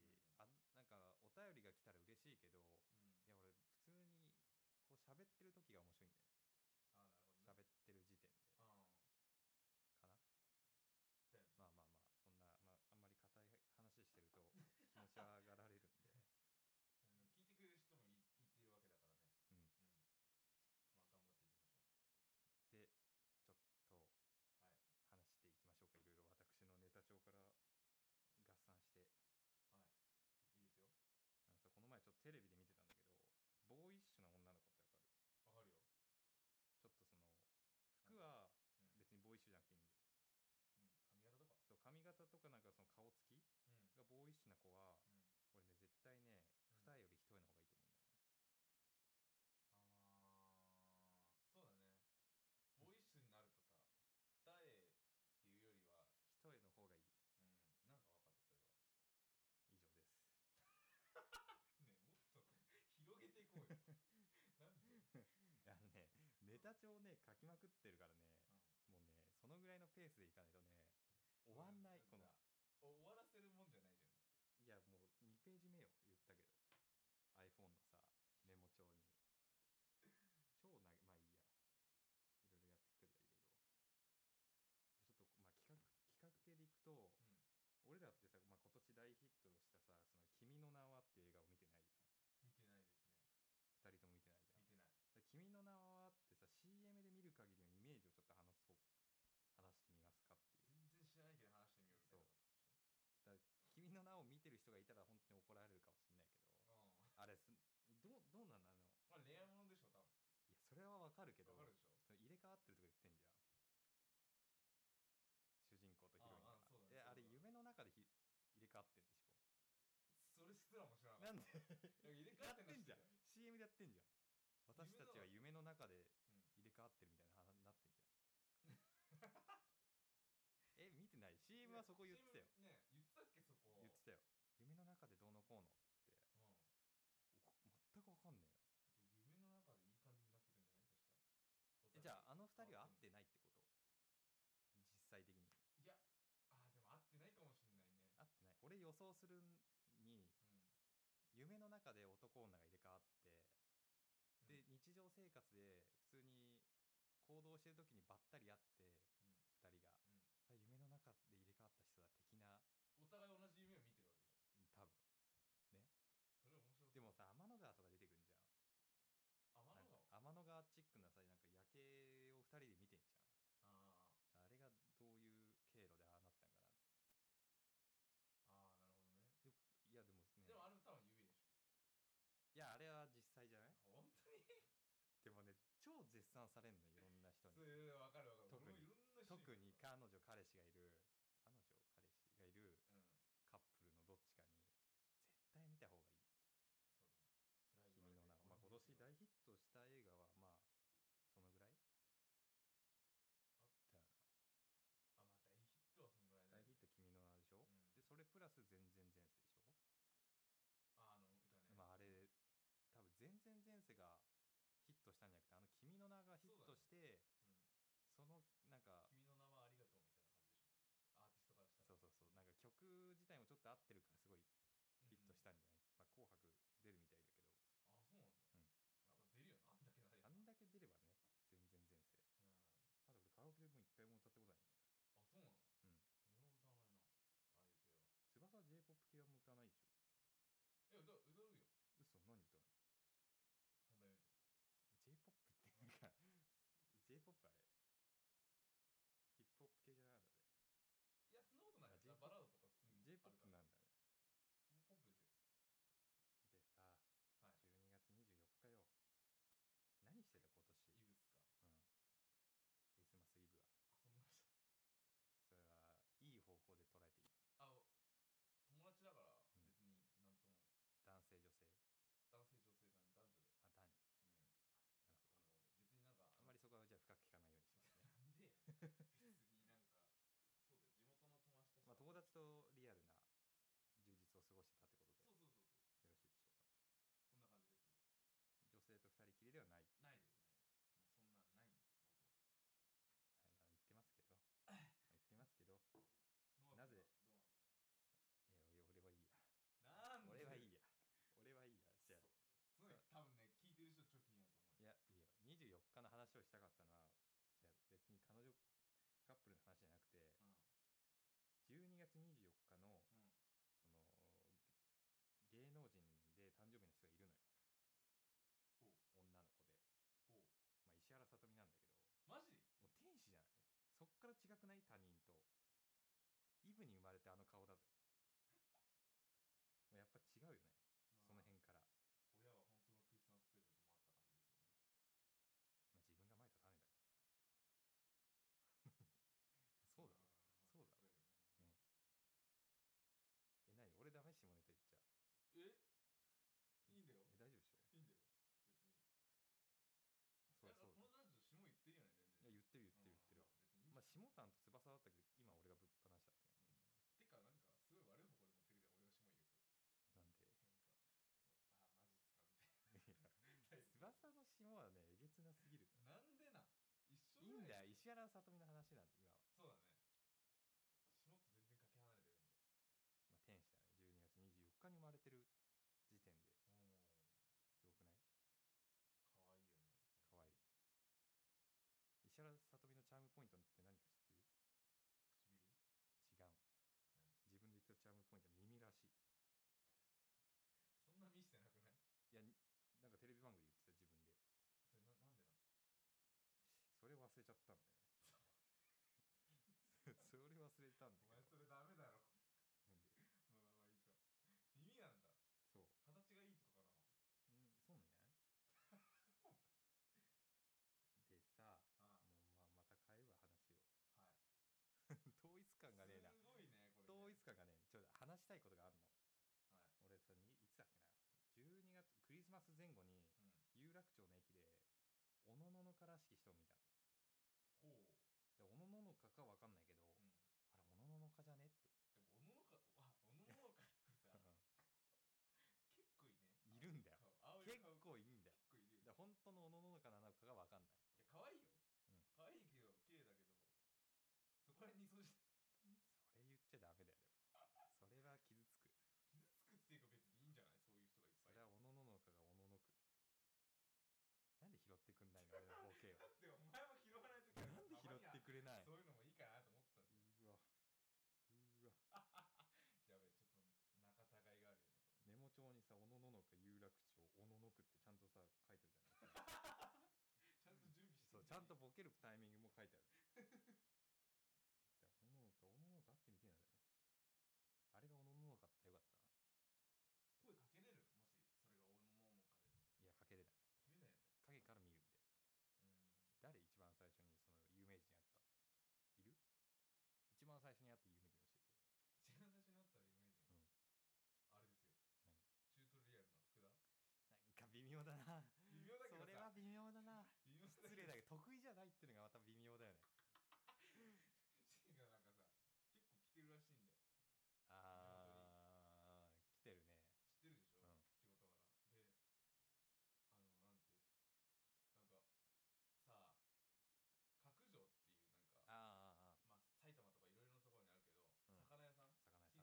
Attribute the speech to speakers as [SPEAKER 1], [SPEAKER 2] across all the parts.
[SPEAKER 1] なんかお便りが来たら嬉しいけど
[SPEAKER 2] うん
[SPEAKER 1] いや俺普通にこう喋ってる時が面白いんだよね
[SPEAKER 2] ああなるほどね
[SPEAKER 1] 喋ってる時
[SPEAKER 2] あ
[SPEAKER 1] 点でかな
[SPEAKER 2] ーだよね
[SPEAKER 1] まあまあまあそんな、まあ、あんまり硬い話してると気持ち上がられるんで
[SPEAKER 2] あの聞いてくれる人も いいているわけだからね
[SPEAKER 1] う
[SPEAKER 2] うんま
[SPEAKER 1] ん
[SPEAKER 2] あ頑張っていきましょうは
[SPEAKER 1] でちょっと
[SPEAKER 2] い
[SPEAKER 1] 話していきましょうかいろいろ私のネタ帳から合算して
[SPEAKER 2] はいいいですよ
[SPEAKER 1] あのさこの前ちょっとテレビで見てたんだけどボーイッシュな女の子ってわかる
[SPEAKER 2] わかるよ
[SPEAKER 1] ちょっとその服は
[SPEAKER 2] うん、
[SPEAKER 1] 別にボーイッシュじゃなくていいんだ
[SPEAKER 2] うん、髪型
[SPEAKER 1] よ
[SPEAKER 2] とか
[SPEAKER 1] そう髪型とかなんかその顔つき
[SPEAKER 2] うん
[SPEAKER 1] がボーイッシ
[SPEAKER 2] うん
[SPEAKER 1] ュな子は俺ね絶対ね
[SPEAKER 2] うん
[SPEAKER 1] 二重より一重の方がいいと思うんだよね
[SPEAKER 2] あーそうだねボーイッシュになるとさ二重っていうよりは
[SPEAKER 1] 一重の方がいい
[SPEAKER 2] うんなんかわかるそれは
[SPEAKER 1] 以上です
[SPEAKER 2] ねもっと広げて いこうよなんで、うん、
[SPEAKER 1] いやねネタ帳ね書きまくってるからねもうねそのぐらいのペースでいかないとね終わんない
[SPEAKER 2] うん
[SPEAKER 1] この
[SPEAKER 2] だお終わらせるもんじゃないじゃんだって
[SPEAKER 1] いやもう2ページ目よ言ったけど iPhone のさメモ帳に超なまあいいやいろいろやってくかじゃあいろいろでちょっとまあ企画企画系でいくと
[SPEAKER 2] うん
[SPEAKER 1] 俺らってさ、まあ、今年大ヒットしたさ「その君の名は」っていう映画を見てないじ
[SPEAKER 2] 見てないですね
[SPEAKER 1] ゃん2人とも見てないじ
[SPEAKER 2] 見てな
[SPEAKER 1] ゃん
[SPEAKER 2] い
[SPEAKER 1] で君の名は」ってさ CM で見る限りのイメージをちょっと話そう話してみますかってい
[SPEAKER 2] 全
[SPEAKER 1] う
[SPEAKER 2] 然 知らないけど話してみようみたいなことでしょ
[SPEAKER 1] だから君の名を見てる人がいたら本当に怒られるかもしれないけ
[SPEAKER 2] う
[SPEAKER 1] どあれすどうどうなんだろうん
[SPEAKER 2] まあ恋愛ものでしょ多分
[SPEAKER 1] いやそれはわかるけど
[SPEAKER 2] わかるでしょ
[SPEAKER 1] その入れ替わってるとか言ってんじゃん主人公とヒロ
[SPEAKER 2] あ
[SPEAKER 1] イン
[SPEAKER 2] あ
[SPEAKER 1] が
[SPEAKER 2] そうだね
[SPEAKER 1] えあれ
[SPEAKER 2] そうだね
[SPEAKER 1] 夢の中でひ入れ替わってんでしょ
[SPEAKER 2] それすらも知らなかった
[SPEAKER 1] なん
[SPEAKER 2] なんか入れ
[SPEAKER 1] で
[SPEAKER 2] 替わ
[SPEAKER 1] や
[SPEAKER 2] ってんの知
[SPEAKER 1] ってん
[SPEAKER 2] って
[SPEAKER 1] じ
[SPEAKER 2] た
[SPEAKER 1] ゃん
[SPEAKER 2] よ
[SPEAKER 1] CM でやってんじゃん私たちは夢の中で
[SPEAKER 2] うん
[SPEAKER 1] 入れ替わってるみたいな話になってんじゃん え見てない CM はそこ言ってたよ
[SPEAKER 2] CM ね言ってたっけそこ
[SPEAKER 1] 言ってたよ夢の中でどうのこうのって言って
[SPEAKER 2] うん
[SPEAKER 1] お全くわかんねえな
[SPEAKER 2] で夢の中でいい感じになってくんじゃないそしたらお互い
[SPEAKER 1] えじゃああの二人は会っ
[SPEAKER 2] 変わ
[SPEAKER 1] てないってこと
[SPEAKER 2] ん
[SPEAKER 1] 実際的に
[SPEAKER 2] のいやあーでも会ってないかもしんないね
[SPEAKER 1] 会ってない俺予想するに
[SPEAKER 2] うん
[SPEAKER 1] 夢の中で男女が入れ替わって、
[SPEAKER 2] うん
[SPEAKER 1] で日常生活で普通に行動してる時にばったり会って
[SPEAKER 2] うん
[SPEAKER 1] 2人
[SPEAKER 2] うん
[SPEAKER 1] があ夢の中で入れ替わった
[SPEAKER 2] お
[SPEAKER 1] 人だ的な
[SPEAKER 2] 互い同じ夢を見てるわけでしょ
[SPEAKER 1] 多分
[SPEAKER 2] それ面白い
[SPEAKER 1] でもさ天の川とか出てくんじゃん
[SPEAKER 2] 天
[SPEAKER 1] な
[SPEAKER 2] の
[SPEAKER 1] んか
[SPEAKER 2] 川
[SPEAKER 1] 天の川チックなさなんか夜景を2人で見てんじ
[SPEAKER 2] あ
[SPEAKER 1] ゃんあれがどういう経路でああなったんかな
[SPEAKER 2] ーあーなるほどね
[SPEAKER 1] いやでもね
[SPEAKER 2] でもあれも多分夢でし
[SPEAKER 1] いやあれは実際じゃな
[SPEAKER 2] ょ
[SPEAKER 1] い
[SPEAKER 2] 本当に
[SPEAKER 1] でもね超絶賛されんのいろんな人に
[SPEAKER 2] そういうわかるわかる
[SPEAKER 1] 特
[SPEAKER 2] 俺も
[SPEAKER 1] に
[SPEAKER 2] いろんな種類
[SPEAKER 1] 特に
[SPEAKER 2] ある
[SPEAKER 1] 彼女彼氏がいる彼女彼氏がいる
[SPEAKER 2] らうん
[SPEAKER 1] カップルのどっちかに絶対見た方がいい
[SPEAKER 2] そうだねそれは言
[SPEAKER 1] 「
[SPEAKER 2] われ
[SPEAKER 1] 君
[SPEAKER 2] て
[SPEAKER 1] の
[SPEAKER 2] 俺も言
[SPEAKER 1] 名は」まあ、今年
[SPEAKER 2] ってるわ
[SPEAKER 1] 大ヒットした映画はまあそのぐらい
[SPEAKER 2] ああまあ大ヒット
[SPEAKER 1] だよな
[SPEAKER 2] はそんぐらいだ
[SPEAKER 1] 大
[SPEAKER 2] よ
[SPEAKER 1] ヒ
[SPEAKER 2] ね
[SPEAKER 1] ット「君の名」でしょ、
[SPEAKER 2] うん
[SPEAKER 1] でそれプラス「全然前世」でしょ、
[SPEAKER 2] ああの歌ね
[SPEAKER 1] まああれ多分「全然前世」がヒットしたんじゃなくてあの「君の名」がヒットして
[SPEAKER 2] うん
[SPEAKER 1] そ,、のなんか
[SPEAKER 2] 君の名はありがとうみたいな感じでしょアーティストからしたら
[SPEAKER 1] そうそうそうなんか曲自体もちょっと合ってるから
[SPEAKER 2] う
[SPEAKER 1] すごい
[SPEAKER 2] ん
[SPEAKER 1] ヒットしたんじゃない、まあ、紅白出るみたいだけど
[SPEAKER 2] あそうなんだ、まあ、
[SPEAKER 1] うん
[SPEAKER 2] 出るよなあんだけなれば
[SPEAKER 1] あんだけ出ればね全然前世
[SPEAKER 2] うん、
[SPEAKER 1] まだ俺カラオケでもう一回も歌ったことないんだよ
[SPEAKER 2] あそうなの
[SPEAKER 1] う
[SPEAKER 2] 俺
[SPEAKER 1] ん
[SPEAKER 2] も歌わないなああいう系は
[SPEAKER 1] 翼は J-POP 系はもう歌わないでしょ
[SPEAKER 2] え歌歌うよ
[SPEAKER 1] 嘘何歌うの
[SPEAKER 2] 三代目とか
[SPEAKER 1] J-POP ってなんか J-POP あれヒップ ホップ系じゃないんだね
[SPEAKER 2] いやそんなことない
[SPEAKER 1] あ
[SPEAKER 2] よ
[SPEAKER 1] J-POP
[SPEAKER 2] バラードとか普通に
[SPEAKER 1] J-POP なんんだね
[SPEAKER 2] ポップですよ
[SPEAKER 1] でさ
[SPEAKER 2] はい
[SPEAKER 1] 12月24日よ何してた
[SPEAKER 2] イ
[SPEAKER 1] 今年
[SPEAKER 2] ブスか
[SPEAKER 1] うんクリスマスイブは
[SPEAKER 2] 遊んでました
[SPEAKER 1] それはいい方向で捉えていい
[SPEAKER 2] あお友達だから
[SPEAKER 1] うん
[SPEAKER 2] 別になんとも、男性女性男男女でうん混合で別になんか
[SPEAKER 1] 男性女性あ男女ねなるほどあんまりそこはじゃあ深く聞かないようにし
[SPEAKER 2] なんで別になんかそうだよ地元の友達たちそうそうそうそうそんな感じですね
[SPEAKER 1] ますねまあ、友達とリアルな充実を過ごしてたってことでよろしいでしょうか女性と二人きりで
[SPEAKER 2] ないですないですもうそんなんないんです僕はノア君はどうなんですかなんで
[SPEAKER 1] はない、はいまあ、言ってますけど言ってますけどなぜいや俺俺はいいや俺はいいや かな話をしたかったのはじゃあ別に彼女カップルの話じゃなくて12月24日の
[SPEAKER 2] うん
[SPEAKER 1] その芸能人で誕生日の人がいるのよ
[SPEAKER 2] ほう
[SPEAKER 1] 女の子で、
[SPEAKER 2] ほう
[SPEAKER 1] まあ、石原さとみなんだけど
[SPEAKER 2] マジ
[SPEAKER 1] もう天使じゃないそっから違くない他人とイブに生まれてあの顔だぜもうやっぱ違うよねその辺から、ま
[SPEAKER 2] 親は本当のクリスマスプレゼントもらった感じですよね
[SPEAKER 1] あ、自分が前立たねえだけどそうだろそうだろ
[SPEAKER 2] ろ
[SPEAKER 1] え何俺ダメ下ネタ言っちゃう
[SPEAKER 2] えいいんだよ
[SPEAKER 1] え大丈夫でしょ
[SPEAKER 2] いいんだよ別に
[SPEAKER 1] そうだ
[SPEAKER 2] いやこの
[SPEAKER 1] そうだ
[SPEAKER 2] ラジオ下言ってるよね全然
[SPEAKER 1] いや言ってる言って
[SPEAKER 2] うん別に
[SPEAKER 1] る言ってる
[SPEAKER 2] いい
[SPEAKER 1] まあ下丹と翼だったけど今俺がぶっ
[SPEAKER 2] てか
[SPEAKER 1] 放したってね
[SPEAKER 2] なんかすごい悪い方向に持ってくじゃん俺が下言うと
[SPEAKER 1] なん
[SPEAKER 2] なんかあマ
[SPEAKER 1] で
[SPEAKER 2] ジっすかみたい
[SPEAKER 1] いや翼の下はねえげつなす
[SPEAKER 2] なな
[SPEAKER 1] ぎる
[SPEAKER 2] んでなん一緒
[SPEAKER 1] いいんだよ
[SPEAKER 2] よ
[SPEAKER 1] 石原さとみの話なんで今
[SPEAKER 2] そ
[SPEAKER 1] は、
[SPEAKER 2] うだね下と全然かけ離れてるんで
[SPEAKER 1] まあ、天使だね12月24日に生まれてる時点で
[SPEAKER 2] おお
[SPEAKER 1] すごくない
[SPEAKER 2] かわいいよね
[SPEAKER 1] かわいい石原さとみのチャームポイントって何か知ってる
[SPEAKER 2] 唇
[SPEAKER 1] 違う自分で言ったチャームポイントは耳らしい
[SPEAKER 2] そんな見 してなくない
[SPEAKER 1] いやになんかテレビ番組で言ってた
[SPEAKER 2] それななんでなん
[SPEAKER 1] 自分でそれ忘れちゃったんだよ ねそれ忘れたんだ
[SPEAKER 2] お
[SPEAKER 1] け
[SPEAKER 2] 前そ
[SPEAKER 1] ど
[SPEAKER 2] れダメだろ
[SPEAKER 1] な
[SPEAKER 2] まあま
[SPEAKER 1] んで
[SPEAKER 2] あまあいいか耳なんだ形がい
[SPEAKER 1] そう
[SPEAKER 2] いとかかな
[SPEAKER 1] うんそうなんじゃない
[SPEAKER 2] ああはい
[SPEAKER 1] でさもうまあまた変えるわ話を 統一感がねえな
[SPEAKER 2] すごいねこれね
[SPEAKER 1] 統一感がねえちょっと話したいことがあるの
[SPEAKER 2] はい
[SPEAKER 1] 俺さにいつだっけな12月クリスマス前後に
[SPEAKER 2] うん
[SPEAKER 1] 有楽町の駅でおのののからしき人を見たん
[SPEAKER 2] ほう
[SPEAKER 1] だよでおのののかかわかんないけど、
[SPEAKER 2] うん
[SPEAKER 1] あれおのののかじゃねって
[SPEAKER 2] でもおののかあおののかっ てさ結構いね
[SPEAKER 1] いるんだよ
[SPEAKER 2] 顔青い
[SPEAKER 1] 結
[SPEAKER 2] 顔
[SPEAKER 1] 構いいんだよ
[SPEAKER 2] 結構いるよ
[SPEAKER 1] だから本当のおのののかなのかがわかんない
[SPEAKER 2] いや可愛いよ、
[SPEAKER 1] うん
[SPEAKER 2] 可愛いけど綺麗だけどそこら辺にそうして
[SPEAKER 1] それ言っちゃダメだよでもそれは傷つく
[SPEAKER 2] 傷つくっていうか別にいいんじゃないそういう人がいっぱい
[SPEAKER 1] それはおのののかがおののくなんで拾ってくんないの俺のボケ
[SPEAKER 2] でもお前も拾わないとき
[SPEAKER 1] をなんで拾ってくれな
[SPEAKER 2] そういうの
[SPEAKER 1] い
[SPEAKER 2] もいいかなと思ったんだよやべえちょっと仲
[SPEAKER 1] うわうわ
[SPEAKER 2] 違いがあるよねこれ
[SPEAKER 1] メモ帳にさ「おのののか有楽町おののく」ってちゃんとさ書いと
[SPEAKER 2] ちゃんと準
[SPEAKER 1] いたね
[SPEAKER 2] 備して
[SPEAKER 1] そうちゃんと
[SPEAKER 2] ね
[SPEAKER 1] ボケるタイミングも書い てあるだからおのののかおのののか会ってみてえなでもあれがおのののかってよかったな
[SPEAKER 2] 声かけれるもしそれが俺のものかでか
[SPEAKER 1] いやかけれない
[SPEAKER 2] けれないよね
[SPEAKER 1] 影から見るみたい
[SPEAKER 2] うん
[SPEAKER 1] な誰一番最初にその有名人に会ったいる一番最初に会った有名人教えて
[SPEAKER 2] 一番最初に会った有名人、
[SPEAKER 1] うん
[SPEAKER 2] あれですよチュー
[SPEAKER 1] 何
[SPEAKER 2] トリアルの福田
[SPEAKER 1] なんか微妙
[SPEAKER 2] 微妙だけどさ
[SPEAKER 1] だなそれは微妙だな
[SPEAKER 2] 微妙だ
[SPEAKER 1] 失礼だ
[SPEAKER 2] けど
[SPEAKER 1] けど得意じゃないっていうのがまた微妙だよね
[SPEAKER 2] シーンがなんかさ結構来てるらしいんだよ
[SPEAKER 1] あー来て
[SPEAKER 2] 知ってる
[SPEAKER 1] るね
[SPEAKER 2] でしょ、
[SPEAKER 1] うん
[SPEAKER 2] 仕事柄であのなんてなんかさ角城っていうなんか
[SPEAKER 1] あーあーあー
[SPEAKER 2] まあ埼玉とか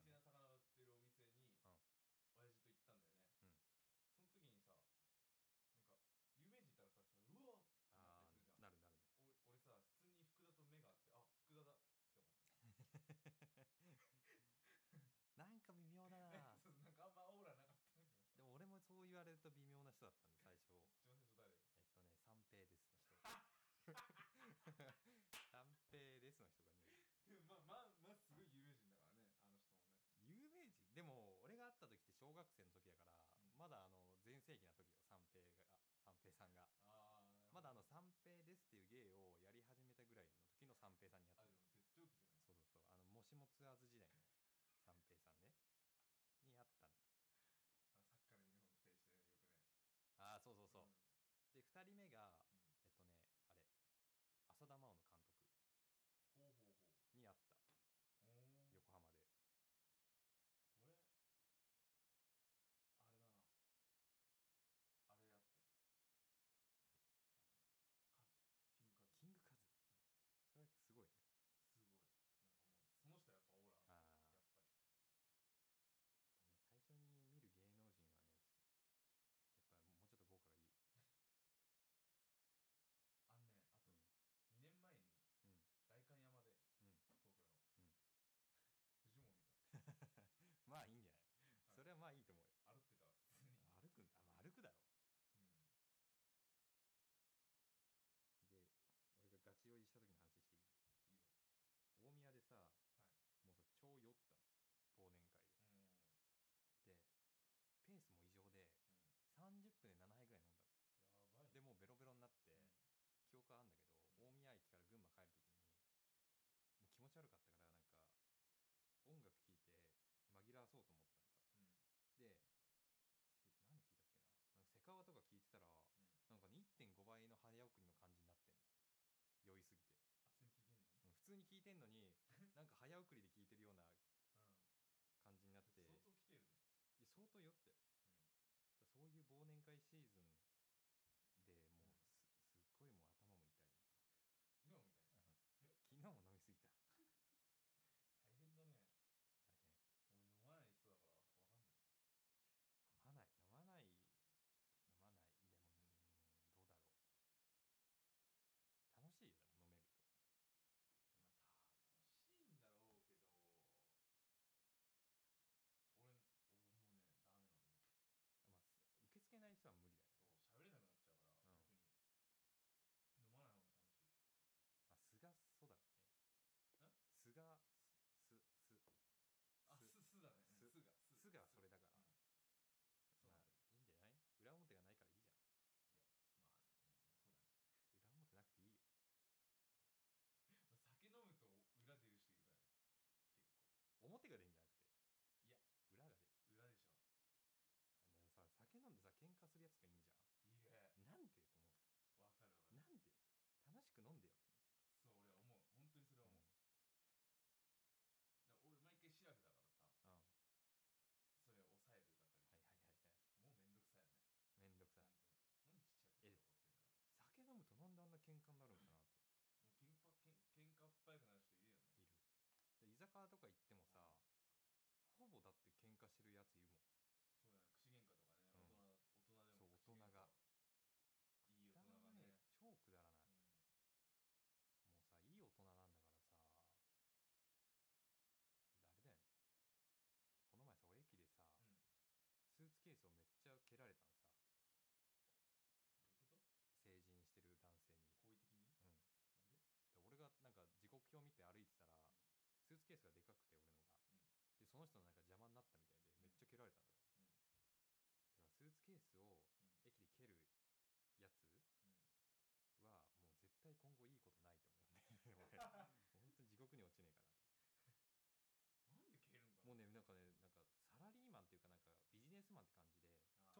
[SPEAKER 2] いろいろなところにあるけど、魚屋さん新鮮な魚を売ってるお
[SPEAKER 1] うん魚屋さんね
[SPEAKER 2] 店に、
[SPEAKER 1] うん
[SPEAKER 2] 親父と行ったんだよね、
[SPEAKER 1] うん
[SPEAKER 2] その時にさなんか有名人いたらささうわっってなった
[SPEAKER 1] あ
[SPEAKER 2] りするじゃん
[SPEAKER 1] ーなるなるね
[SPEAKER 2] 俺俺さ普通に福田と目が合ってあ福田だって思った
[SPEAKER 1] なんか微妙だな
[SPEAKER 2] そうなんかあんまオーラなかったんだけど
[SPEAKER 1] でも俺もそう言われると微妙な人だったんで
[SPEAKER 2] 一
[SPEAKER 1] 最初
[SPEAKER 2] 番最初誰
[SPEAKER 1] えっとね三平ですの人三平ですの人がね
[SPEAKER 2] でもまあまあまあすごい有名人だからねあの人もね
[SPEAKER 1] 有名人でも俺が会った時って小学生の時だから、
[SPEAKER 2] うん
[SPEAKER 1] まだあの全盛期な時よ三平が三平さんが
[SPEAKER 2] ああ
[SPEAKER 1] まだあの三平ですっていう芸をやり始めたぐらいの時の三平さんに会っ
[SPEAKER 2] あ
[SPEAKER 1] た
[SPEAKER 2] でも絶頂期じゃない
[SPEAKER 1] そうそうそうあのもしもツアーズ時代の三平さんねに会ったんだ
[SPEAKER 2] あのサッカーのユニフォーム着たりしてねよくね
[SPEAKER 1] ああそうそうそ
[SPEAKER 2] ん
[SPEAKER 1] う、で2人目が
[SPEAKER 2] うん
[SPEAKER 1] えっとねあれ浅田真央の
[SPEAKER 2] ほう
[SPEAKER 1] 監督
[SPEAKER 2] ほうほう
[SPEAKER 1] に会った
[SPEAKER 2] おー
[SPEAKER 1] 横浜で
[SPEAKER 2] 俺あれだなあれやってあのかキングカズ
[SPEAKER 1] キングカズそれはすごい
[SPEAKER 2] すごいなん
[SPEAKER 1] ね
[SPEAKER 2] かもうその人はやっぱオーラあ
[SPEAKER 1] あ
[SPEAKER 2] るやっ
[SPEAKER 1] あ
[SPEAKER 2] ぱり
[SPEAKER 1] ね、最初に見る芸能人はねやっぱもうちょっと豪華がいいよ プで7杯ぐらい飲んだ
[SPEAKER 2] ば
[SPEAKER 1] の
[SPEAKER 2] いね
[SPEAKER 1] でもうベロベロになって、
[SPEAKER 2] うん
[SPEAKER 1] 記憶はあんだけど、
[SPEAKER 2] うん
[SPEAKER 1] 大宮駅から群馬帰るときにもう気持ち悪かったからなんか音楽聴いて紛らわそうと思った
[SPEAKER 2] う
[SPEAKER 1] のさ
[SPEAKER 2] ん
[SPEAKER 1] でせ何聴いたっけななんかセカオワとか聴いてたら、なんかね1.5倍の早送りの感
[SPEAKER 2] あ普通に聞いてんの
[SPEAKER 1] じになってんの酔いすぎてうん普通に聴いてんのに なんか早送りで聴いてるような感じになって
[SPEAKER 2] うん相当来てるね
[SPEAKER 1] いや相当酔って、だそういう忘年会シーズンでもうすすっごいもう頭も痛い
[SPEAKER 2] 今もみたいな
[SPEAKER 1] 昨日も飲みすぎた
[SPEAKER 2] 大変 だね俺飲まない人だからわかんない
[SPEAKER 1] 大変飲まない飲まない飲まないでもうーんどうだろう楽し
[SPEAKER 2] まあ楽しいん
[SPEAKER 1] いよでも飲めると
[SPEAKER 2] だろうけど俺もうねダメなんだよそう
[SPEAKER 1] まあす受け付けない人は無理だよね
[SPEAKER 2] 喋れなくなっちゃうから、
[SPEAKER 1] うん
[SPEAKER 2] 逆に飲まない方が楽しい
[SPEAKER 1] まあ素がそ
[SPEAKER 2] んあすすだねすがすうんそうなんだね
[SPEAKER 1] うだろうね素がすすすすすがそれだから、まあいいんじゃない裏表がないからいいじゃん
[SPEAKER 2] まあ
[SPEAKER 1] 裏表なくていいよ
[SPEAKER 2] まあ酒飲むと裏出る人いるからねいや裏でしょいや わかるわかるそう俺は思う本当にそれは思う、だから俺毎回シラフだからさそれを抑える係じゃんもうめんどくさいよねなんでちっちゃいことで怒ってんだろうもうけんぱけん喧嘩っ早くなる人いるよねそうだね口喧嘩とかね大人、大人でも口喧嘩いい大人がねうんどういうこと好意的になんでうんうんうんうん なんで蹴るんかなあー
[SPEAKER 1] 表が出るんじゃなくて裏が出るあのさ酒飲んでさ喧嘩するやつがいいんじゃんなんでと思うなんで楽しく飲んでようんはいはいはいはいめんどくさい酒飲むとなんであんな喧嘩になるんかなっているで居酒屋とか行ってもさほぼだって喧嘩してるやついるもんうんそう大人がだね超くだらないもうさいい大人なんだからさあれだよねこの前さ俺駅でさ、スーツケースをめっちゃ蹴られたのさ成人してる男性にうんで俺がなんか時刻表見て歩いてたら、スーツケースがでかくて俺のが、でその人のなんか邪魔になったみたいでめっちゃ蹴られたんだよ、だからスーツケースを駅で蹴るやつはもう絶対今後いいことないと思うんだよね俺本当に地獄に落ちねえかなともうねなんかねなんかサラリーマンっていうかなんかビジネスマンって感じでちょ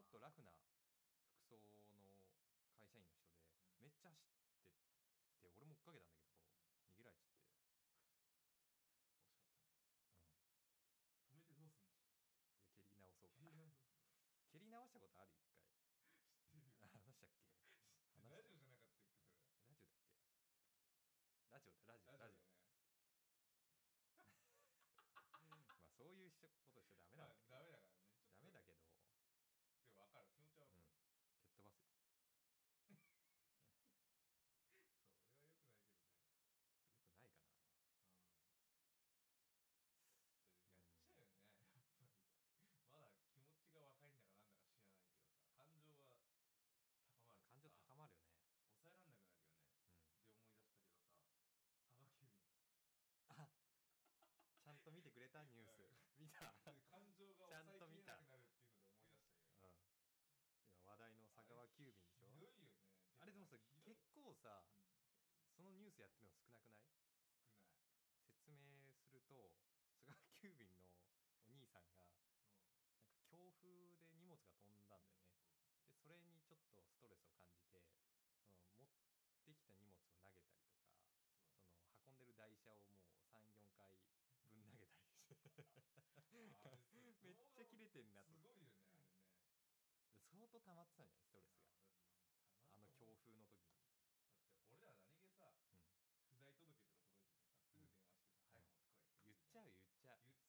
[SPEAKER 1] っとラフな服装の会
[SPEAKER 2] う
[SPEAKER 1] 社員の人で
[SPEAKER 2] ん
[SPEAKER 1] めっちゃ走ってって俺も追っかけたんだけど逃げられちゃって
[SPEAKER 2] 惜しかったね
[SPEAKER 1] うん
[SPEAKER 2] 止めてどうすんの
[SPEAKER 1] いや蹴り直そうか
[SPEAKER 2] 蹴り
[SPEAKER 1] な
[SPEAKER 2] 直す
[SPEAKER 1] 蹴り直したことあ
[SPEAKER 2] 知 ってるよ
[SPEAKER 1] る一回 話したっ
[SPEAKER 2] 知って
[SPEAKER 1] け話
[SPEAKER 2] ラジオ
[SPEAKER 1] した
[SPEAKER 2] じゃなかったっけそれラジオだよね
[SPEAKER 1] ラジオだっけラジオだラジオラジオまあそういうしことしちゃダメな
[SPEAKER 2] ま
[SPEAKER 1] ん
[SPEAKER 2] あ
[SPEAKER 1] だけど
[SPEAKER 2] ダメだからねちょっとでも
[SPEAKER 1] ダメだけど
[SPEAKER 2] 分かる気持ちは分かる、
[SPEAKER 1] 蹴っ飛ばすよ
[SPEAKER 2] そう俺は良くないけどねうんやっちゃうよねやっぱりまだ気
[SPEAKER 1] よくないかな
[SPEAKER 2] 持ちが若いんだかなんだか知らないけどさ感情は高まる
[SPEAKER 1] 感情高
[SPEAKER 2] ま
[SPEAKER 1] まるよね
[SPEAKER 2] 抑えらんなくなるよね
[SPEAKER 1] うん
[SPEAKER 2] で思い出したけどさ佐賀急便
[SPEAKER 1] ちゃんと見てくれたニュース見た
[SPEAKER 2] で感情が
[SPEAKER 1] ちゃん
[SPEAKER 2] 抑えき
[SPEAKER 1] と見
[SPEAKER 2] れ
[SPEAKER 1] た
[SPEAKER 2] なくなるっていうので思い出したよ今
[SPEAKER 1] うん今話題の佐川急 便
[SPEAKER 2] ひ
[SPEAKER 1] でしょ
[SPEAKER 2] どいよね
[SPEAKER 1] あれでもさ
[SPEAKER 2] ひどい
[SPEAKER 1] 結構さ
[SPEAKER 2] うん
[SPEAKER 1] そのニュースやってるの少なくない
[SPEAKER 2] 少ない
[SPEAKER 1] 説明すると佐川急便のお兄さんが
[SPEAKER 2] うん
[SPEAKER 1] なんか強風で荷物が飛んだんだよね
[SPEAKER 2] そうそう
[SPEAKER 1] でそれにちょっとストレスを感じてその持ってきた荷物を投げたりとかその運んでる台車をもう34回分投げたりして
[SPEAKER 2] そう だあれさ
[SPEAKER 1] めっちゃ切れてんなと
[SPEAKER 2] すごいよねあれね
[SPEAKER 1] 相当溜まってたんじゃないストレスがあ
[SPEAKER 2] あ
[SPEAKER 1] の強風の時に
[SPEAKER 2] だって俺ら何気さ、
[SPEAKER 1] うん
[SPEAKER 2] 不在届けとか届いててさすぐ電話してさ、
[SPEAKER 1] うん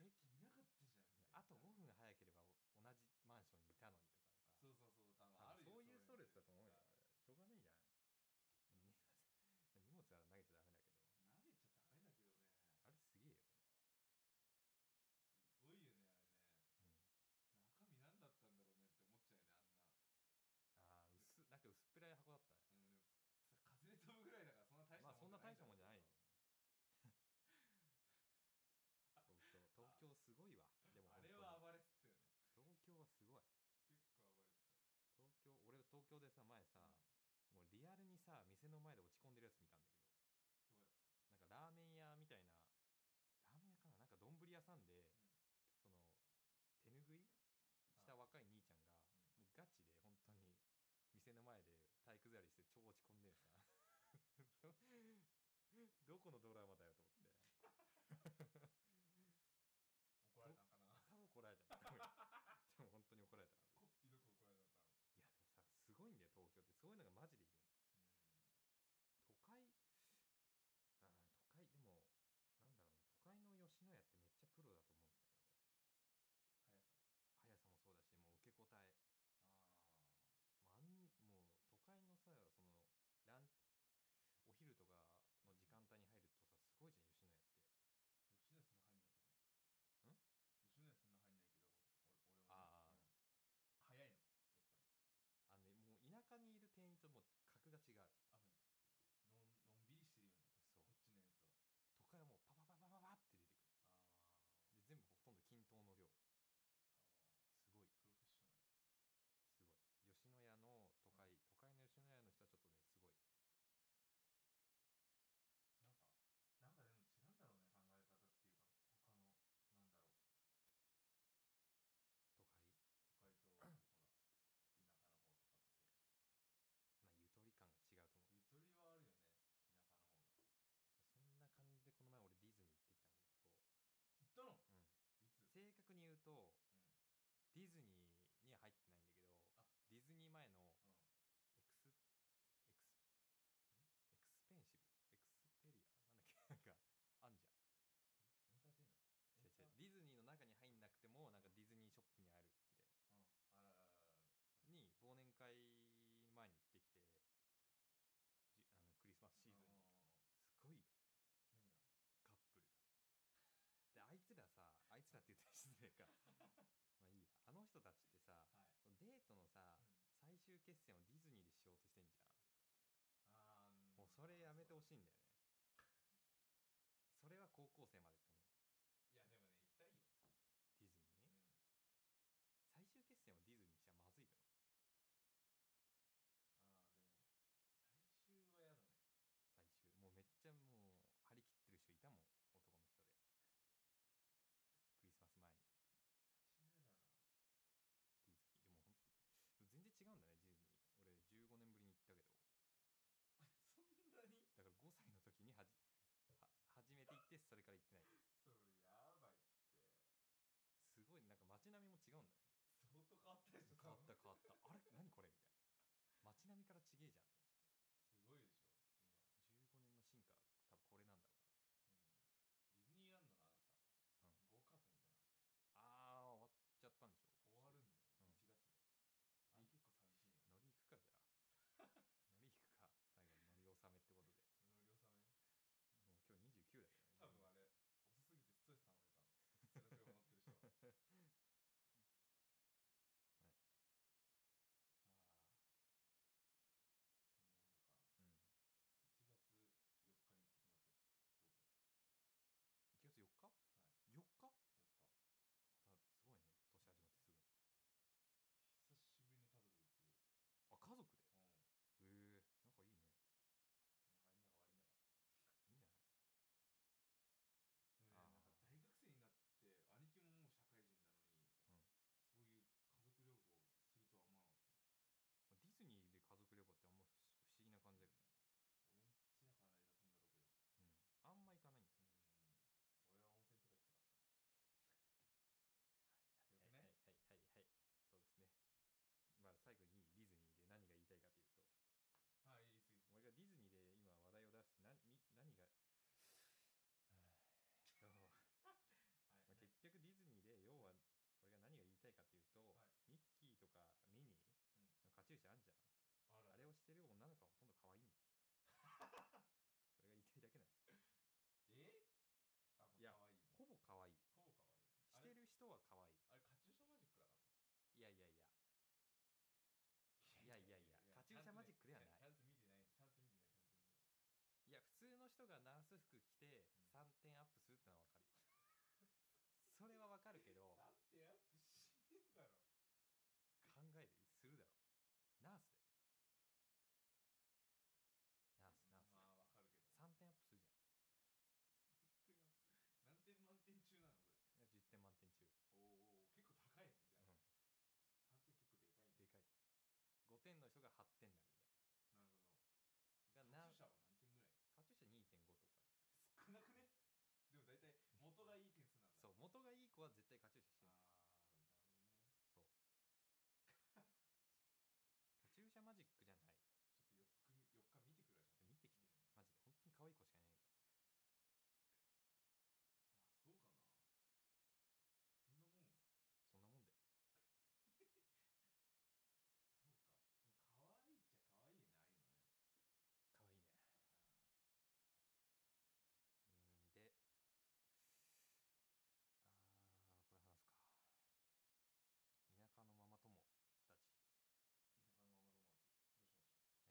[SPEAKER 2] 早く持
[SPEAKER 1] 言
[SPEAKER 2] ってこ
[SPEAKER 1] っ
[SPEAKER 2] い
[SPEAKER 1] ちゃう
[SPEAKER 2] う
[SPEAKER 1] 言っちゃう
[SPEAKER 2] 言っちゃうけど
[SPEAKER 1] それは
[SPEAKER 2] さ多分それもさ本当にストレスだと思うよ、お前さっきいなか
[SPEAKER 1] うん
[SPEAKER 2] ったじゃんみたいな
[SPEAKER 1] あと5分早ければ同じマンションにいた
[SPEAKER 2] そうそうそう多分
[SPEAKER 1] のにとかさ多
[SPEAKER 2] あ
[SPEAKER 1] 分
[SPEAKER 2] るよ
[SPEAKER 1] そういうストレスだと思うよ
[SPEAKER 2] ある
[SPEAKER 1] しょうがないじゃん 荷物は投げちゃダメだけど
[SPEAKER 2] 投げちゃダメだけどね
[SPEAKER 1] あれすげえよ
[SPEAKER 2] すごいよねあれね
[SPEAKER 1] でも、
[SPEAKER 2] 中身何だったんだろうねって思っちゃうよねあんな
[SPEAKER 1] うん、ああ薄なんか薄っぺらい箱だったね
[SPEAKER 2] うんでもさ風で飛ぶぐらいだからそんな大した
[SPEAKER 1] まあそんな大したもん じゃない
[SPEAKER 2] んだろうけど
[SPEAKER 1] 東京東京すごいわで京でさ前さ、もうリアルにさ店の前で落ち込んでるやつ見たんだけどなんかラーメン屋みたいなラーメン屋かななんか丼屋さんで、その手ぬぐいした若い兄ちゃんが、もうガチで本当に店の前で体育座りして超落ち込んで さど どこのドラマだよと思って
[SPEAKER 2] 怒られたんかな
[SPEAKER 1] 多分怒られたと思うよでも本当に怒られた
[SPEAKER 2] こっぴどく怒られたんだろう
[SPEAKER 1] いやでもさすごいんだよ東京ってそういうのがマジでいるの都会あー都会でもなんだろうね都会の吉野家ってめっちゃプロだと思うんだよね
[SPEAKER 2] 速さ
[SPEAKER 1] 俺速さもそうだしもう受け答え
[SPEAKER 2] あ
[SPEAKER 1] もうあんもう都会のさそのランお昼とかの時間帯に入るとさすごいじゃん吉野家って
[SPEAKER 2] あ吉野家そんな入んないけどね
[SPEAKER 1] ん
[SPEAKER 2] 吉野家そんな入んないけど俺俺は
[SPEAKER 1] あー
[SPEAKER 2] ねうん早いの
[SPEAKER 1] あのねもう田舎にいる店員ともう格が違う
[SPEAKER 2] のんのんびりしてるよね
[SPEAKER 1] そう
[SPEAKER 2] こっちのやつは
[SPEAKER 1] 都会はもうパパパパパパって出てく
[SPEAKER 2] あープロフェッショナルです
[SPEAKER 1] るで全部ほとんど均等の量すごいすごい吉野家の都会、都会の吉野家の人はちょっとねすごい
[SPEAKER 2] なんかなんかでも違うんだろうね考え方っていうか他のなんだろう都会とほら田舎
[SPEAKER 1] 都会
[SPEAKER 2] の方とかって
[SPEAKER 1] まあゆとり感が違うと思う
[SPEAKER 2] ゆとりはあるよね田舎の方が
[SPEAKER 1] そんな感じでこの前俺ディズニー行ってきたんだけど、
[SPEAKER 2] 行ったの
[SPEAKER 1] うん、
[SPEAKER 2] いつうん
[SPEAKER 1] 正確に言
[SPEAKER 2] う
[SPEAKER 1] うとディズニーには入って
[SPEAKER 2] あん
[SPEAKER 1] ないんだけどディズニー前のエクスエクスエクスペンシブエクスペリアなんだっけなんかあんじゃん
[SPEAKER 2] エンターテイナーエン
[SPEAKER 1] 違う違うディズニーの中に入んなくてもなんかディズニーショップにあるみたい
[SPEAKER 2] タうんあららららら
[SPEAKER 1] なに忘年会前に行ってきてじあのクリスマスシー
[SPEAKER 2] うん
[SPEAKER 1] ズンにすごいよ
[SPEAKER 2] うんうん何が
[SPEAKER 1] カップルがであいつらさあいつらって言ったら失礼 かまあいいやあの人たちってさ
[SPEAKER 2] はい
[SPEAKER 1] そのデートのさ
[SPEAKER 2] うん
[SPEAKER 1] 最終決戦をディズニーでしようとしてんじゃん
[SPEAKER 2] あー
[SPEAKER 1] もうそれやめてほし
[SPEAKER 2] い
[SPEAKER 1] いんだよねそれは高校生までって
[SPEAKER 2] いや
[SPEAKER 1] 思う
[SPEAKER 2] でもね行きたいよ
[SPEAKER 1] ディズニ
[SPEAKER 2] うん
[SPEAKER 1] ー最終決戦をディズニーにしちゃまずいと思う
[SPEAKER 2] あーでも最終は嫌だね
[SPEAKER 1] 最終もうめっちゃもう張り切ってる人いたもん男の人でクリスマス前に
[SPEAKER 2] 最終は嫌だな
[SPEAKER 1] ディズニーでも本当に全然違うんだねディズニー俺15年ぶりに行ったけど
[SPEAKER 2] そんなに
[SPEAKER 1] だから5歳の時にはじ は初めて行ってそれから行
[SPEAKER 2] それやばいって
[SPEAKER 1] ってないすごいなんか街並みも違うんだね
[SPEAKER 2] 相当変わったでしょ
[SPEAKER 1] 変わった
[SPEAKER 2] 多分
[SPEAKER 1] 変わったあれ何これみたいな街並みからちげえじゃん
[SPEAKER 2] すごいでしょ今の
[SPEAKER 1] 15年の進化多分これなんだろうな
[SPEAKER 2] うんディズニーランドのあのさ、ゴーカートみたいなのあったでし
[SPEAKER 1] うんあー終わっちゃったんでしょ
[SPEAKER 2] ょ終わるんだよね、
[SPEAKER 1] うん
[SPEAKER 2] 1月であれ結
[SPEAKER 1] い
[SPEAKER 2] 構寂しいよね
[SPEAKER 1] 乗り行くかじゃあ乗り行くか最後に乗 り納めってことで
[SPEAKER 2] 乗り納め
[SPEAKER 1] もう今日29だけどね
[SPEAKER 2] 多分あれ遅すぎてストレス溜まれたのその車乗ってる人はああディズニーランドか1月4日に行ってきますよ僕は4日
[SPEAKER 1] はいうん1月4日、4日またすごい
[SPEAKER 2] 久しぶりに家族で行くう
[SPEAKER 1] ね年始まってすぐあ家族で
[SPEAKER 2] ん
[SPEAKER 1] へえなんかいいね
[SPEAKER 2] 仲いいんだか悪いんだかでもねなんか大学生になっ
[SPEAKER 1] いいんじゃないあー
[SPEAKER 2] て 兄貴ももう社会人なのに、そ
[SPEAKER 1] うん
[SPEAKER 2] ういう家族旅行をするとは思わなかった
[SPEAKER 1] まあディ
[SPEAKER 2] 俺んちだから成り立つんだろうけどうん俺は温泉とか行きたかったよくないな
[SPEAKER 1] ズニーで家族旅行ってあんま不思議な感じだけどね、うん、あんま行かないんだよねはいはいはいはいはいそうですねまあ最後にディズニーで何が言いたいかというと
[SPEAKER 2] はいいいっすいいっす
[SPEAKER 1] 俺がディズニーで今話題を出して何み何がどうも
[SPEAKER 2] はい、
[SPEAKER 1] まあ、
[SPEAKER 2] ね
[SPEAKER 1] 結局ディズニーで要は俺が何が言いたいかっていうと、
[SPEAKER 2] はい
[SPEAKER 1] ミッキーとかミニ
[SPEAKER 2] うん
[SPEAKER 1] ーのカチューシャあん
[SPEAKER 2] あら
[SPEAKER 1] じゃん、あれをしてる女の子はほとんど可愛いんだよそれが言いたいだけなの
[SPEAKER 2] えあもう
[SPEAKER 1] いや
[SPEAKER 2] かわいいね
[SPEAKER 1] ほぼ可愛い
[SPEAKER 2] ほぼかわいい
[SPEAKER 1] し
[SPEAKER 2] あれあ
[SPEAKER 1] てる人は可愛い
[SPEAKER 2] れカチューシャマジックだからね
[SPEAKER 1] いやいやいやいやいやいやカチューシャマジックではない
[SPEAKER 2] ちゃんと見てないちゃんと見てないちゃんと見てない
[SPEAKER 1] いや普通の人がナース服着て
[SPEAKER 2] うん
[SPEAKER 1] 3点アップするってのは分かるよ それは分かるけど
[SPEAKER 2] だってやっぱ死ねんだろ
[SPEAKER 1] 考えするだろナースだよこは絶対カチューシャしてない カチューシャマジックじゃない見てきてマジで本当に可愛い子しかいないからそんなもんだよ 可愛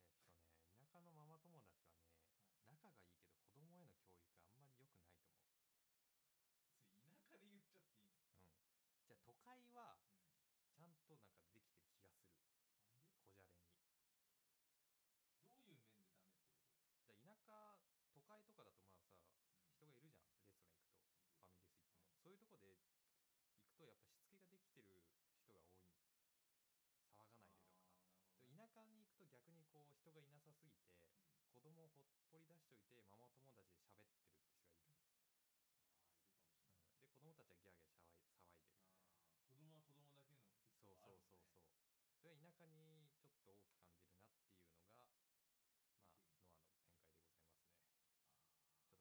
[SPEAKER 1] いねうんであーこれ話すか田舎のママ友達えっとね田舎のママ友達はね仲がいいけど子供への教育あんまり良くないと思ううんじゃあ都会はちゃんとなんかできてる気がするこじゃれにだから田舎都会とかだとまあさ人がいるじゃんレストラン行くとファミレス行ってもそういうとこで行くとやっぱしつけができてる人が多いんだよ騒がないでとかでも田舎に行くと逆にこう人がいなさすぎて子供をほっぽり出しといてママ友達で喋ってるって人がいるんだよ、うんで子供たち
[SPEAKER 2] 子供は子供だけ
[SPEAKER 1] はギャーギャー騒い騒いでるみたいな
[SPEAKER 2] の席
[SPEAKER 1] そう
[SPEAKER 2] があ
[SPEAKER 1] そ
[SPEAKER 2] る
[SPEAKER 1] う
[SPEAKER 2] もんね
[SPEAKER 1] そうそう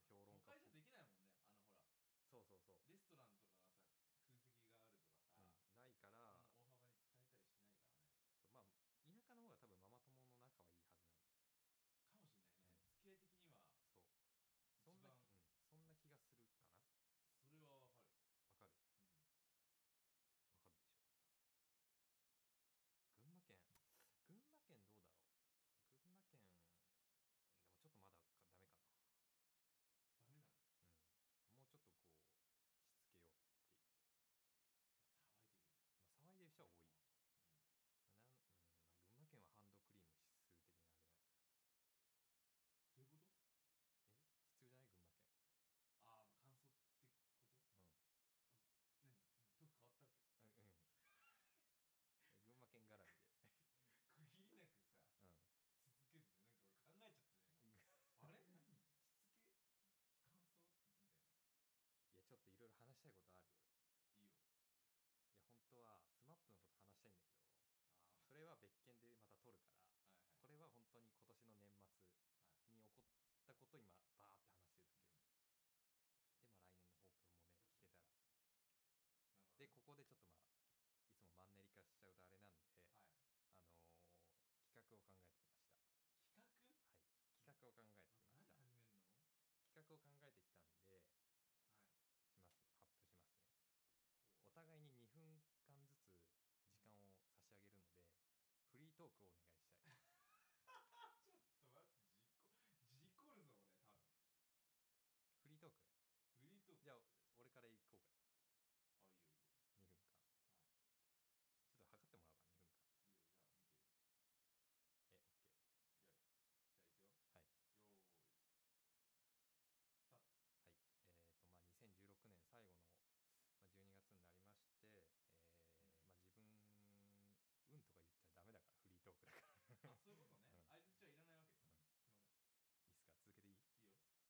[SPEAKER 1] それは田舎にちょっと多く感じるなって
[SPEAKER 2] 意見都会じゃできないもんねあのほら
[SPEAKER 1] いうのがまあノアの見解でございますねちょっと評論家そう
[SPEAKER 2] レ
[SPEAKER 1] そうそう、
[SPEAKER 2] ストランとかがさ空席があるとかさ、
[SPEAKER 1] うん、ないか
[SPEAKER 2] そん
[SPEAKER 1] ら
[SPEAKER 2] な大幅に使えたりしないからね
[SPEAKER 1] そうまあ田舎の方が多分ママ友の仲はいいはずなんだよね
[SPEAKER 2] かもしれないね、
[SPEAKER 1] うん
[SPEAKER 2] 付き合い的には
[SPEAKER 1] そう
[SPEAKER 2] 一
[SPEAKER 1] そんな、
[SPEAKER 2] 番
[SPEAKER 1] うん、そんな気がするかな
[SPEAKER 2] それはわかる、
[SPEAKER 1] わか
[SPEAKER 2] う
[SPEAKER 1] る
[SPEAKER 2] ん、
[SPEAKER 1] わかるでしょ群馬県群馬県どうだろう群馬県でもちょっとまだかダメか
[SPEAKER 2] ダ
[SPEAKER 1] な
[SPEAKER 2] メなの
[SPEAKER 1] うんもうちょっとこうしつけようってい
[SPEAKER 2] 騒いでるよ
[SPEAKER 1] う、まあ、騒いでる人は
[SPEAKER 2] な、う
[SPEAKER 1] 多い、ま
[SPEAKER 2] ん、
[SPEAKER 1] あなんうんまあ、群馬県はハンドクリーム必須的なあれだよね
[SPEAKER 2] どういうこと
[SPEAKER 1] え必要じゃない群馬県
[SPEAKER 2] ああ感想ってこと
[SPEAKER 1] うん
[SPEAKER 2] 何と変わったわけ
[SPEAKER 1] うんうんえ群馬県絡
[SPEAKER 2] 区切
[SPEAKER 1] みで
[SPEAKER 2] りなくさ続ける
[SPEAKER 1] うん
[SPEAKER 2] んでなんか俺考えちゃったね今あ れ何しつけ感想みたいない
[SPEAKER 1] やちょっといろいろ話したいことあ
[SPEAKER 2] いいよ
[SPEAKER 1] る俺いや本当はスマップのこと話したいんだけど
[SPEAKER 2] あ
[SPEAKER 1] それは別件でまた撮るから
[SPEAKER 2] あはいはい
[SPEAKER 1] これは本当に今年の年末に起こったことを今バーって話してるだけ、
[SPEAKER 2] うん
[SPEAKER 1] でまあ来年の抱負もね聞けたら
[SPEAKER 2] なるほどね
[SPEAKER 1] でここでちょっとまあいつもマンネリ化しちゃうとあれなんで、
[SPEAKER 2] はい
[SPEAKER 1] あのー企画を考えてき
[SPEAKER 2] 企画ま何始めるのはい
[SPEAKER 1] ましたはい企画を考えてきました 企画を考えてきたんでします発表しますね
[SPEAKER 2] こ
[SPEAKER 1] お
[SPEAKER 2] う
[SPEAKER 1] 互いに2分間ずつ時間を差し上げるのでフリートークをお願いし
[SPEAKER 2] ち
[SPEAKER 1] たい
[SPEAKER 2] ょっと待って事故事故るぞ俺多分
[SPEAKER 1] フリートークね
[SPEAKER 2] フリートーク
[SPEAKER 1] じゃあ俺から行こう
[SPEAKER 2] あ
[SPEAKER 1] か
[SPEAKER 2] いいよいいよはい
[SPEAKER 1] 2分間、ちょっと測ってもら
[SPEAKER 2] いいよじゃあ見て
[SPEAKER 1] おうか2分間
[SPEAKER 2] る
[SPEAKER 1] えオッケー
[SPEAKER 2] じゃあいくよ
[SPEAKER 1] は
[SPEAKER 2] よー
[SPEAKER 1] い
[SPEAKER 2] いうん
[SPEAKER 1] はいえーとまあ、2016年最後の、まあ、12月になりまして、えーまあ、自分運とか言っちゃダメだからフリートーク
[SPEAKER 2] あ
[SPEAKER 1] だから
[SPEAKER 2] そういうことね相づちはいらない
[SPEAKER 1] うん
[SPEAKER 2] わけすいません
[SPEAKER 1] いいっすか続けていい、
[SPEAKER 2] いいよ
[SPEAKER 1] まあ、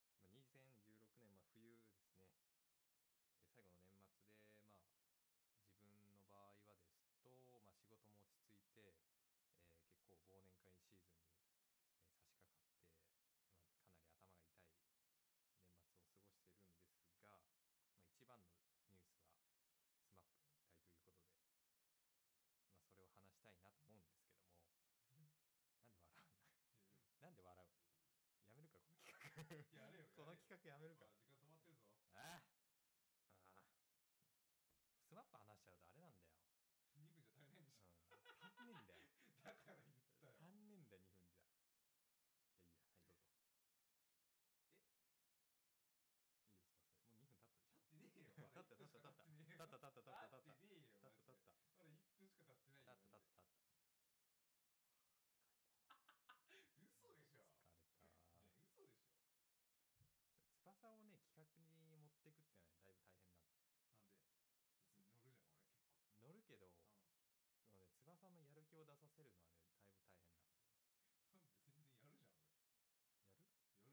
[SPEAKER 1] 2016年、 まあ、冬ですね、えー最後
[SPEAKER 2] いやいややれよやれよあ時間止まってるぞ2分じゃ足りないんでしょだから言ったよえ立ってねえよまだ一分しか立ってねえよまだ1分しか経ってないよ嘘でしょねえ嘘でしょなんで別に乗るじゃん俺結構うん
[SPEAKER 1] の年末で、まあ、自分の場合はですと、まあ、仕事も落ち着いて、えー結構忘年会シーズンに、えー差し掛かって、まあ、かなり頭が痛い年末を過ごしてるんですが、まあ、一番のニュースは SMAP に引退ということで、まあ、それを話したいなと思うんですけどもなんで笑うんだなんで笑うやめるかこの企画この企画やめるかああああスマップ話しちゃうとあれなんだよ、うん、足んねえんだよ足んねえんだよ2分じゃじゃあいいやはいどうぞいいよ翼もう2分経ったでしょ立った立った立った立った立った立った立った立った立った立った疲れた疲れた翼をね企画に持ってくってのはねだいぶ大変なの乗るけどでもね翼のやる気を出させるのはねだいぶ大変なんだ
[SPEAKER 2] なんで全然やる
[SPEAKER 1] よ
[SPEAKER 2] じゃん俺
[SPEAKER 1] や
[SPEAKER 2] やるじ
[SPEAKER 1] る
[SPEAKER 2] ゃんう
[SPEAKER 1] やるっけ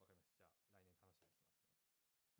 [SPEAKER 2] んやるよ
[SPEAKER 1] わかりましたじゃあ来年楽しみに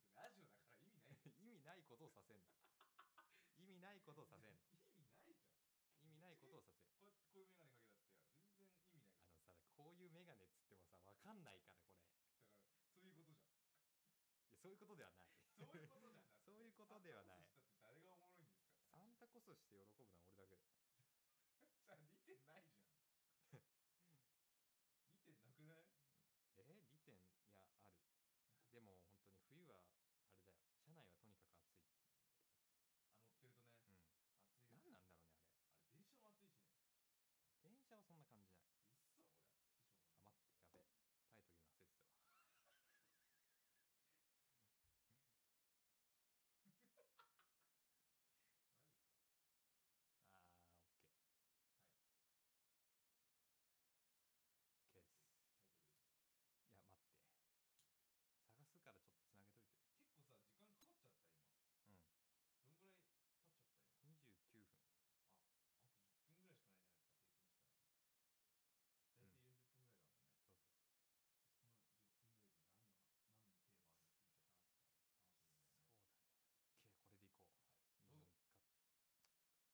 [SPEAKER 1] ことをさせんの意味ないことをさせんの
[SPEAKER 2] 意味ないじゃん
[SPEAKER 1] 意味ないことをさせん
[SPEAKER 2] こうこういうメガネかけたって全然意味ない
[SPEAKER 1] あのさこういうメガネっつってもさわかんないからこれ
[SPEAKER 2] だからそういうことじゃん
[SPEAKER 1] いやそういうことではない
[SPEAKER 2] そういうことじゃんだって
[SPEAKER 1] そういうことではない
[SPEAKER 2] サンタクロースしたって誰がおも ろいんですか
[SPEAKER 1] サンタコスして喜ぶのは俺
[SPEAKER 2] じゃあ
[SPEAKER 1] だけだよ
[SPEAKER 2] 似てないじゃん似てなくない
[SPEAKER 1] え利点いやあるでも本当に冬は
[SPEAKER 2] あ
[SPEAKER 1] あれだよ車内はとにかく暑い
[SPEAKER 2] 乗ってるとね
[SPEAKER 1] うん
[SPEAKER 2] 暑いよね
[SPEAKER 1] 何なんだろうねあれ
[SPEAKER 2] あれ電車も暑いしね
[SPEAKER 1] 電車は
[SPEAKER 2] 嘘俺
[SPEAKER 1] そんな感じない
[SPEAKER 2] 暑くてしょうがな
[SPEAKER 1] あ
[SPEAKER 2] い
[SPEAKER 1] 待ってやべえタイトル言うの忘れてたわ
[SPEAKER 2] マジかはいタイトルです結構さ時間かかっちゃった今どんぐらい経っちゃった今あと10分ぐらいしかないじゃないですか平均したら大体40分ぐらいだもんね、その10分ぐらいで何を何のテーマについて話すか楽しみだよねはいどう
[SPEAKER 1] あーオッケーケースいや待って探すからちょっとつなげといてうん29分そうそうそうだねオッケーこれでいこういいの
[SPEAKER 2] ぞ
[SPEAKER 1] み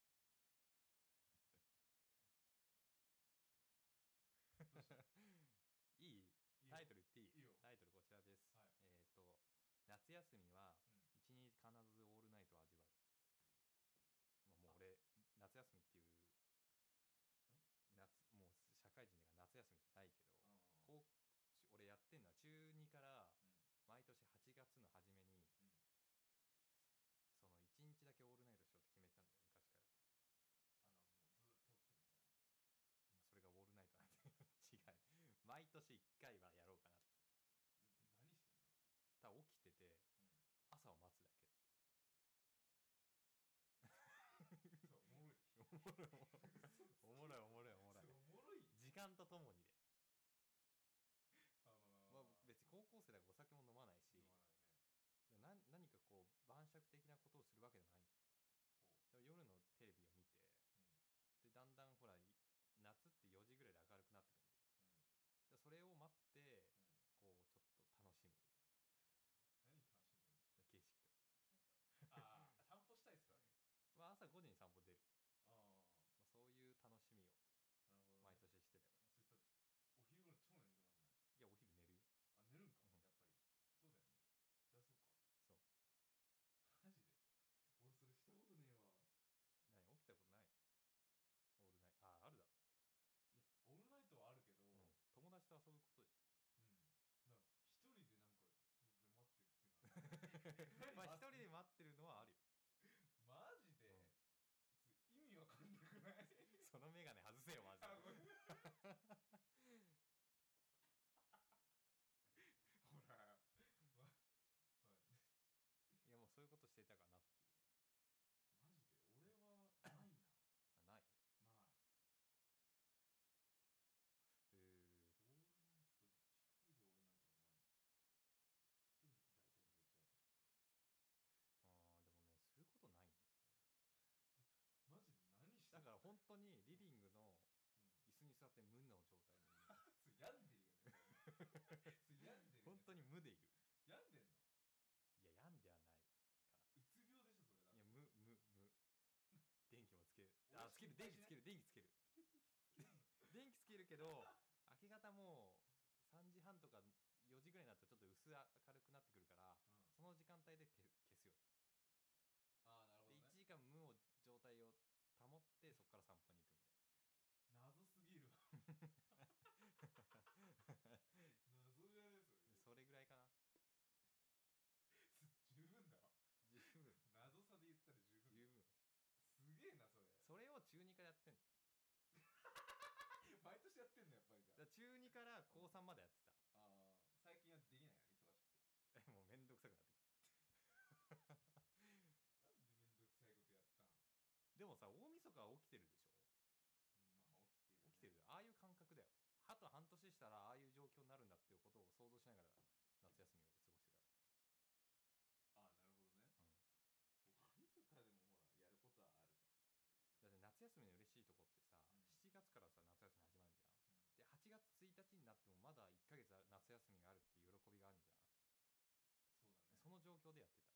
[SPEAKER 1] っか
[SPEAKER 2] どうした
[SPEAKER 1] いい
[SPEAKER 2] いいよ
[SPEAKER 1] タイトル言っていい
[SPEAKER 2] いいよ
[SPEAKER 1] タイトルこち
[SPEAKER 2] はい
[SPEAKER 1] らです、えっ、と 夏休みは
[SPEAKER 2] うん
[SPEAKER 1] 一日必ずオールナイトを味わう、まあ、もう俺夏休みっていう夏もう社会人だから夏休みってないけど、
[SPEAKER 2] うんうんうん
[SPEAKER 1] こう俺やってんのは中2から
[SPEAKER 2] うん
[SPEAKER 1] 毎年8月の初めに、
[SPEAKER 2] うん
[SPEAKER 1] その1日だけオールナイトしようって決めてたんだよ昔から、
[SPEAKER 2] あのもうずっと起きてるみたいな
[SPEAKER 1] まあそれがオールナイトなんて 違う
[SPEAKER 2] で何してんのうん
[SPEAKER 1] 毎年1回はやろうかなってただ起きてて朝を待つだ
[SPEAKER 2] そ
[SPEAKER 1] け
[SPEAKER 2] うお もろい
[SPEAKER 1] おもろいおもろいおもろいおもろいおもろい
[SPEAKER 2] そうおもろい
[SPEAKER 1] 時間とともにで、
[SPEAKER 2] あまあま
[SPEAKER 1] まあ
[SPEAKER 2] あまあ、
[SPEAKER 1] 別に高校生だからお酒も飲まないし
[SPEAKER 2] 飲まないね
[SPEAKER 1] な何かこう晩酌的なことをするわけでもない
[SPEAKER 2] ほう
[SPEAKER 1] でも夜のテレビを見て
[SPEAKER 2] うんうん
[SPEAKER 1] でだんだんほらい夏って4時ぐらいで明るくなってくるんだよだからそれを待っ
[SPEAKER 2] う
[SPEAKER 1] て
[SPEAKER 2] ん
[SPEAKER 1] こうちょっと楽しむみたい
[SPEAKER 2] 何楽しんでんの
[SPEAKER 1] な景色とか、
[SPEAKER 2] ああ散歩したいっすかね
[SPEAKER 1] まあ、朝5時に散歩出る、
[SPEAKER 2] ああ
[SPEAKER 1] まあ、そういう楽しみを
[SPEAKER 2] なるほど、ね、
[SPEAKER 1] 毎年してたか
[SPEAKER 2] それ
[SPEAKER 1] ら、
[SPEAKER 2] さお昼頃超眠くなんない
[SPEAKER 1] いやお昼寝るよ
[SPEAKER 2] あ寝るんか、
[SPEAKER 1] うん
[SPEAKER 2] やっぱりそうだよねそりゃそうかマジ
[SPEAKER 1] そう
[SPEAKER 2] で俺それしたことねえわ
[SPEAKER 1] 何起きたことないオールナイトあああるだ、
[SPEAKER 2] いやオールナイトはあるけど、
[SPEAKER 1] うん友達と遊ぶことでしょ
[SPEAKER 2] うん。だから一人でなんか、で待ってる っていうのは。
[SPEAKER 1] まあ一人で待ってるのはあるよ
[SPEAKER 2] マジで、
[SPEAKER 1] うん
[SPEAKER 2] 意味わかんなくない
[SPEAKER 1] その眼鏡外せよマジで
[SPEAKER 2] あごめ んほら、ま、ま
[SPEAKER 1] いやもうそういうことしてたかなっていう
[SPEAKER 2] マジで俺はないな。
[SPEAKER 1] あな
[SPEAKER 2] ない。オールナイト、一人でオールナイトはない。
[SPEAKER 1] いへえ
[SPEAKER 2] 一人で大体寝ちゃう。マ ジで何して
[SPEAKER 1] あーでもねすることないんだよだ
[SPEAKER 2] んの
[SPEAKER 1] から本当にリビングの
[SPEAKER 2] うん
[SPEAKER 1] 椅子に座って無の状 態で
[SPEAKER 2] それ病んでるよね。それ病んでる、ね。
[SPEAKER 1] 本当に無でいる
[SPEAKER 2] 病んでんの
[SPEAKER 1] いや病んではないう
[SPEAKER 2] つ病でしょそれだって
[SPEAKER 1] いや無無無電気
[SPEAKER 2] 俺
[SPEAKER 1] もつけるあつける電気
[SPEAKER 2] 心
[SPEAKER 1] つける電気つける 電気つけるけど明け方もう3時半とか4時ぐらいになるとちょっと薄明るくなってくるから
[SPEAKER 2] うん
[SPEAKER 1] その時間帯でて消すよ
[SPEAKER 2] ああなるほ
[SPEAKER 1] で
[SPEAKER 2] ど
[SPEAKER 1] 1
[SPEAKER 2] ね
[SPEAKER 1] 時間無を状態を保ってそこから散歩に行くみたい
[SPEAKER 2] 謎すぎるわ 謎じゃねえそれ
[SPEAKER 1] なでそれぐらいかな
[SPEAKER 2] 十分だわ
[SPEAKER 1] 十分
[SPEAKER 2] 謎さで言ったら十分
[SPEAKER 1] 十分
[SPEAKER 2] すげえなそれ
[SPEAKER 1] それを中2からやってんの
[SPEAKER 2] 毎年やってんのやっぱりじゃ
[SPEAKER 1] だから中2から高3までやってた
[SPEAKER 2] ああー最近はできないの忙しくて
[SPEAKER 1] もうめんどくさくなってくる
[SPEAKER 2] なんでめんどくさいことやったん
[SPEAKER 1] でもさ大晦日は起きてるでしょ
[SPEAKER 2] まあ起きてる、ね、
[SPEAKER 1] 起きてるああいう感覚だよあと半年したらああいう状況になるんだっていうことを想像しながら夏休みを過ごしてた、
[SPEAKER 2] ああなるほどね
[SPEAKER 1] うん
[SPEAKER 2] 大晦日でもほらやることはあるじゃんうん
[SPEAKER 1] だって夏休みの嬉しいとこってさ、7月からさ夏休み始まるじゃんで8月1日になってもまだ1ヶ月あ夏休みがあるっていう喜びがあるじゃん、
[SPEAKER 2] そうだね
[SPEAKER 1] その状況でやってた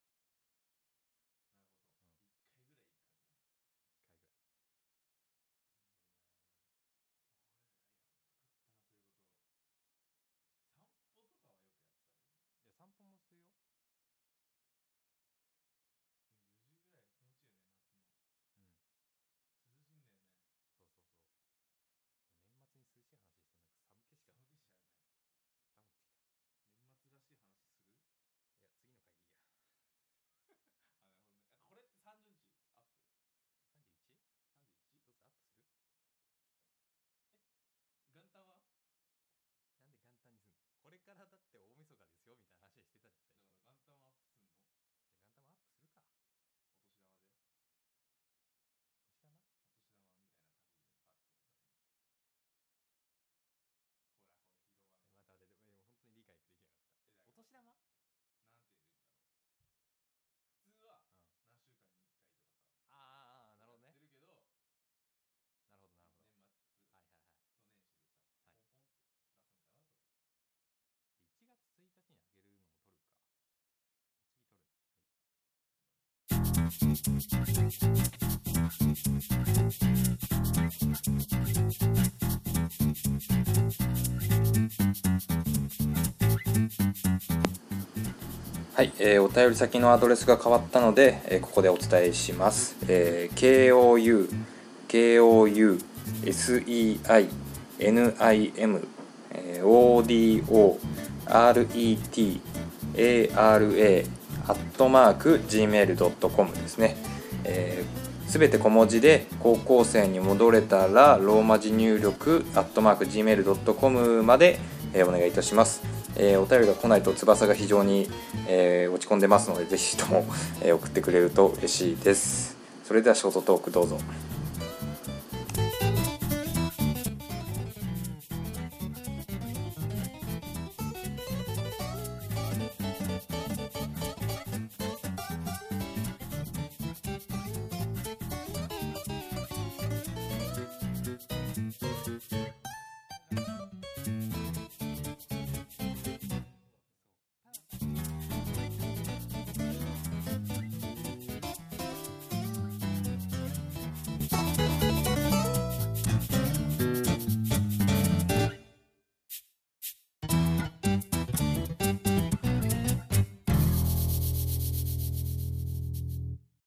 [SPEAKER 3] はい、えーお便り先のアドレスが変わったので、えーここでお伝えします、えー KOU KOUSEINIM えー ODORETARA アットマーク Gmail.com ですねえーすべ、て小文字で高校生に戻れたらローマ字入力アットマーク Gmail.com まで、えーお願いいたします、えーお便りが来ないと翼が非常にえー落ち込んでますのでぜひとも、えー送ってくれると嬉しいですそれではショートトークどうぞ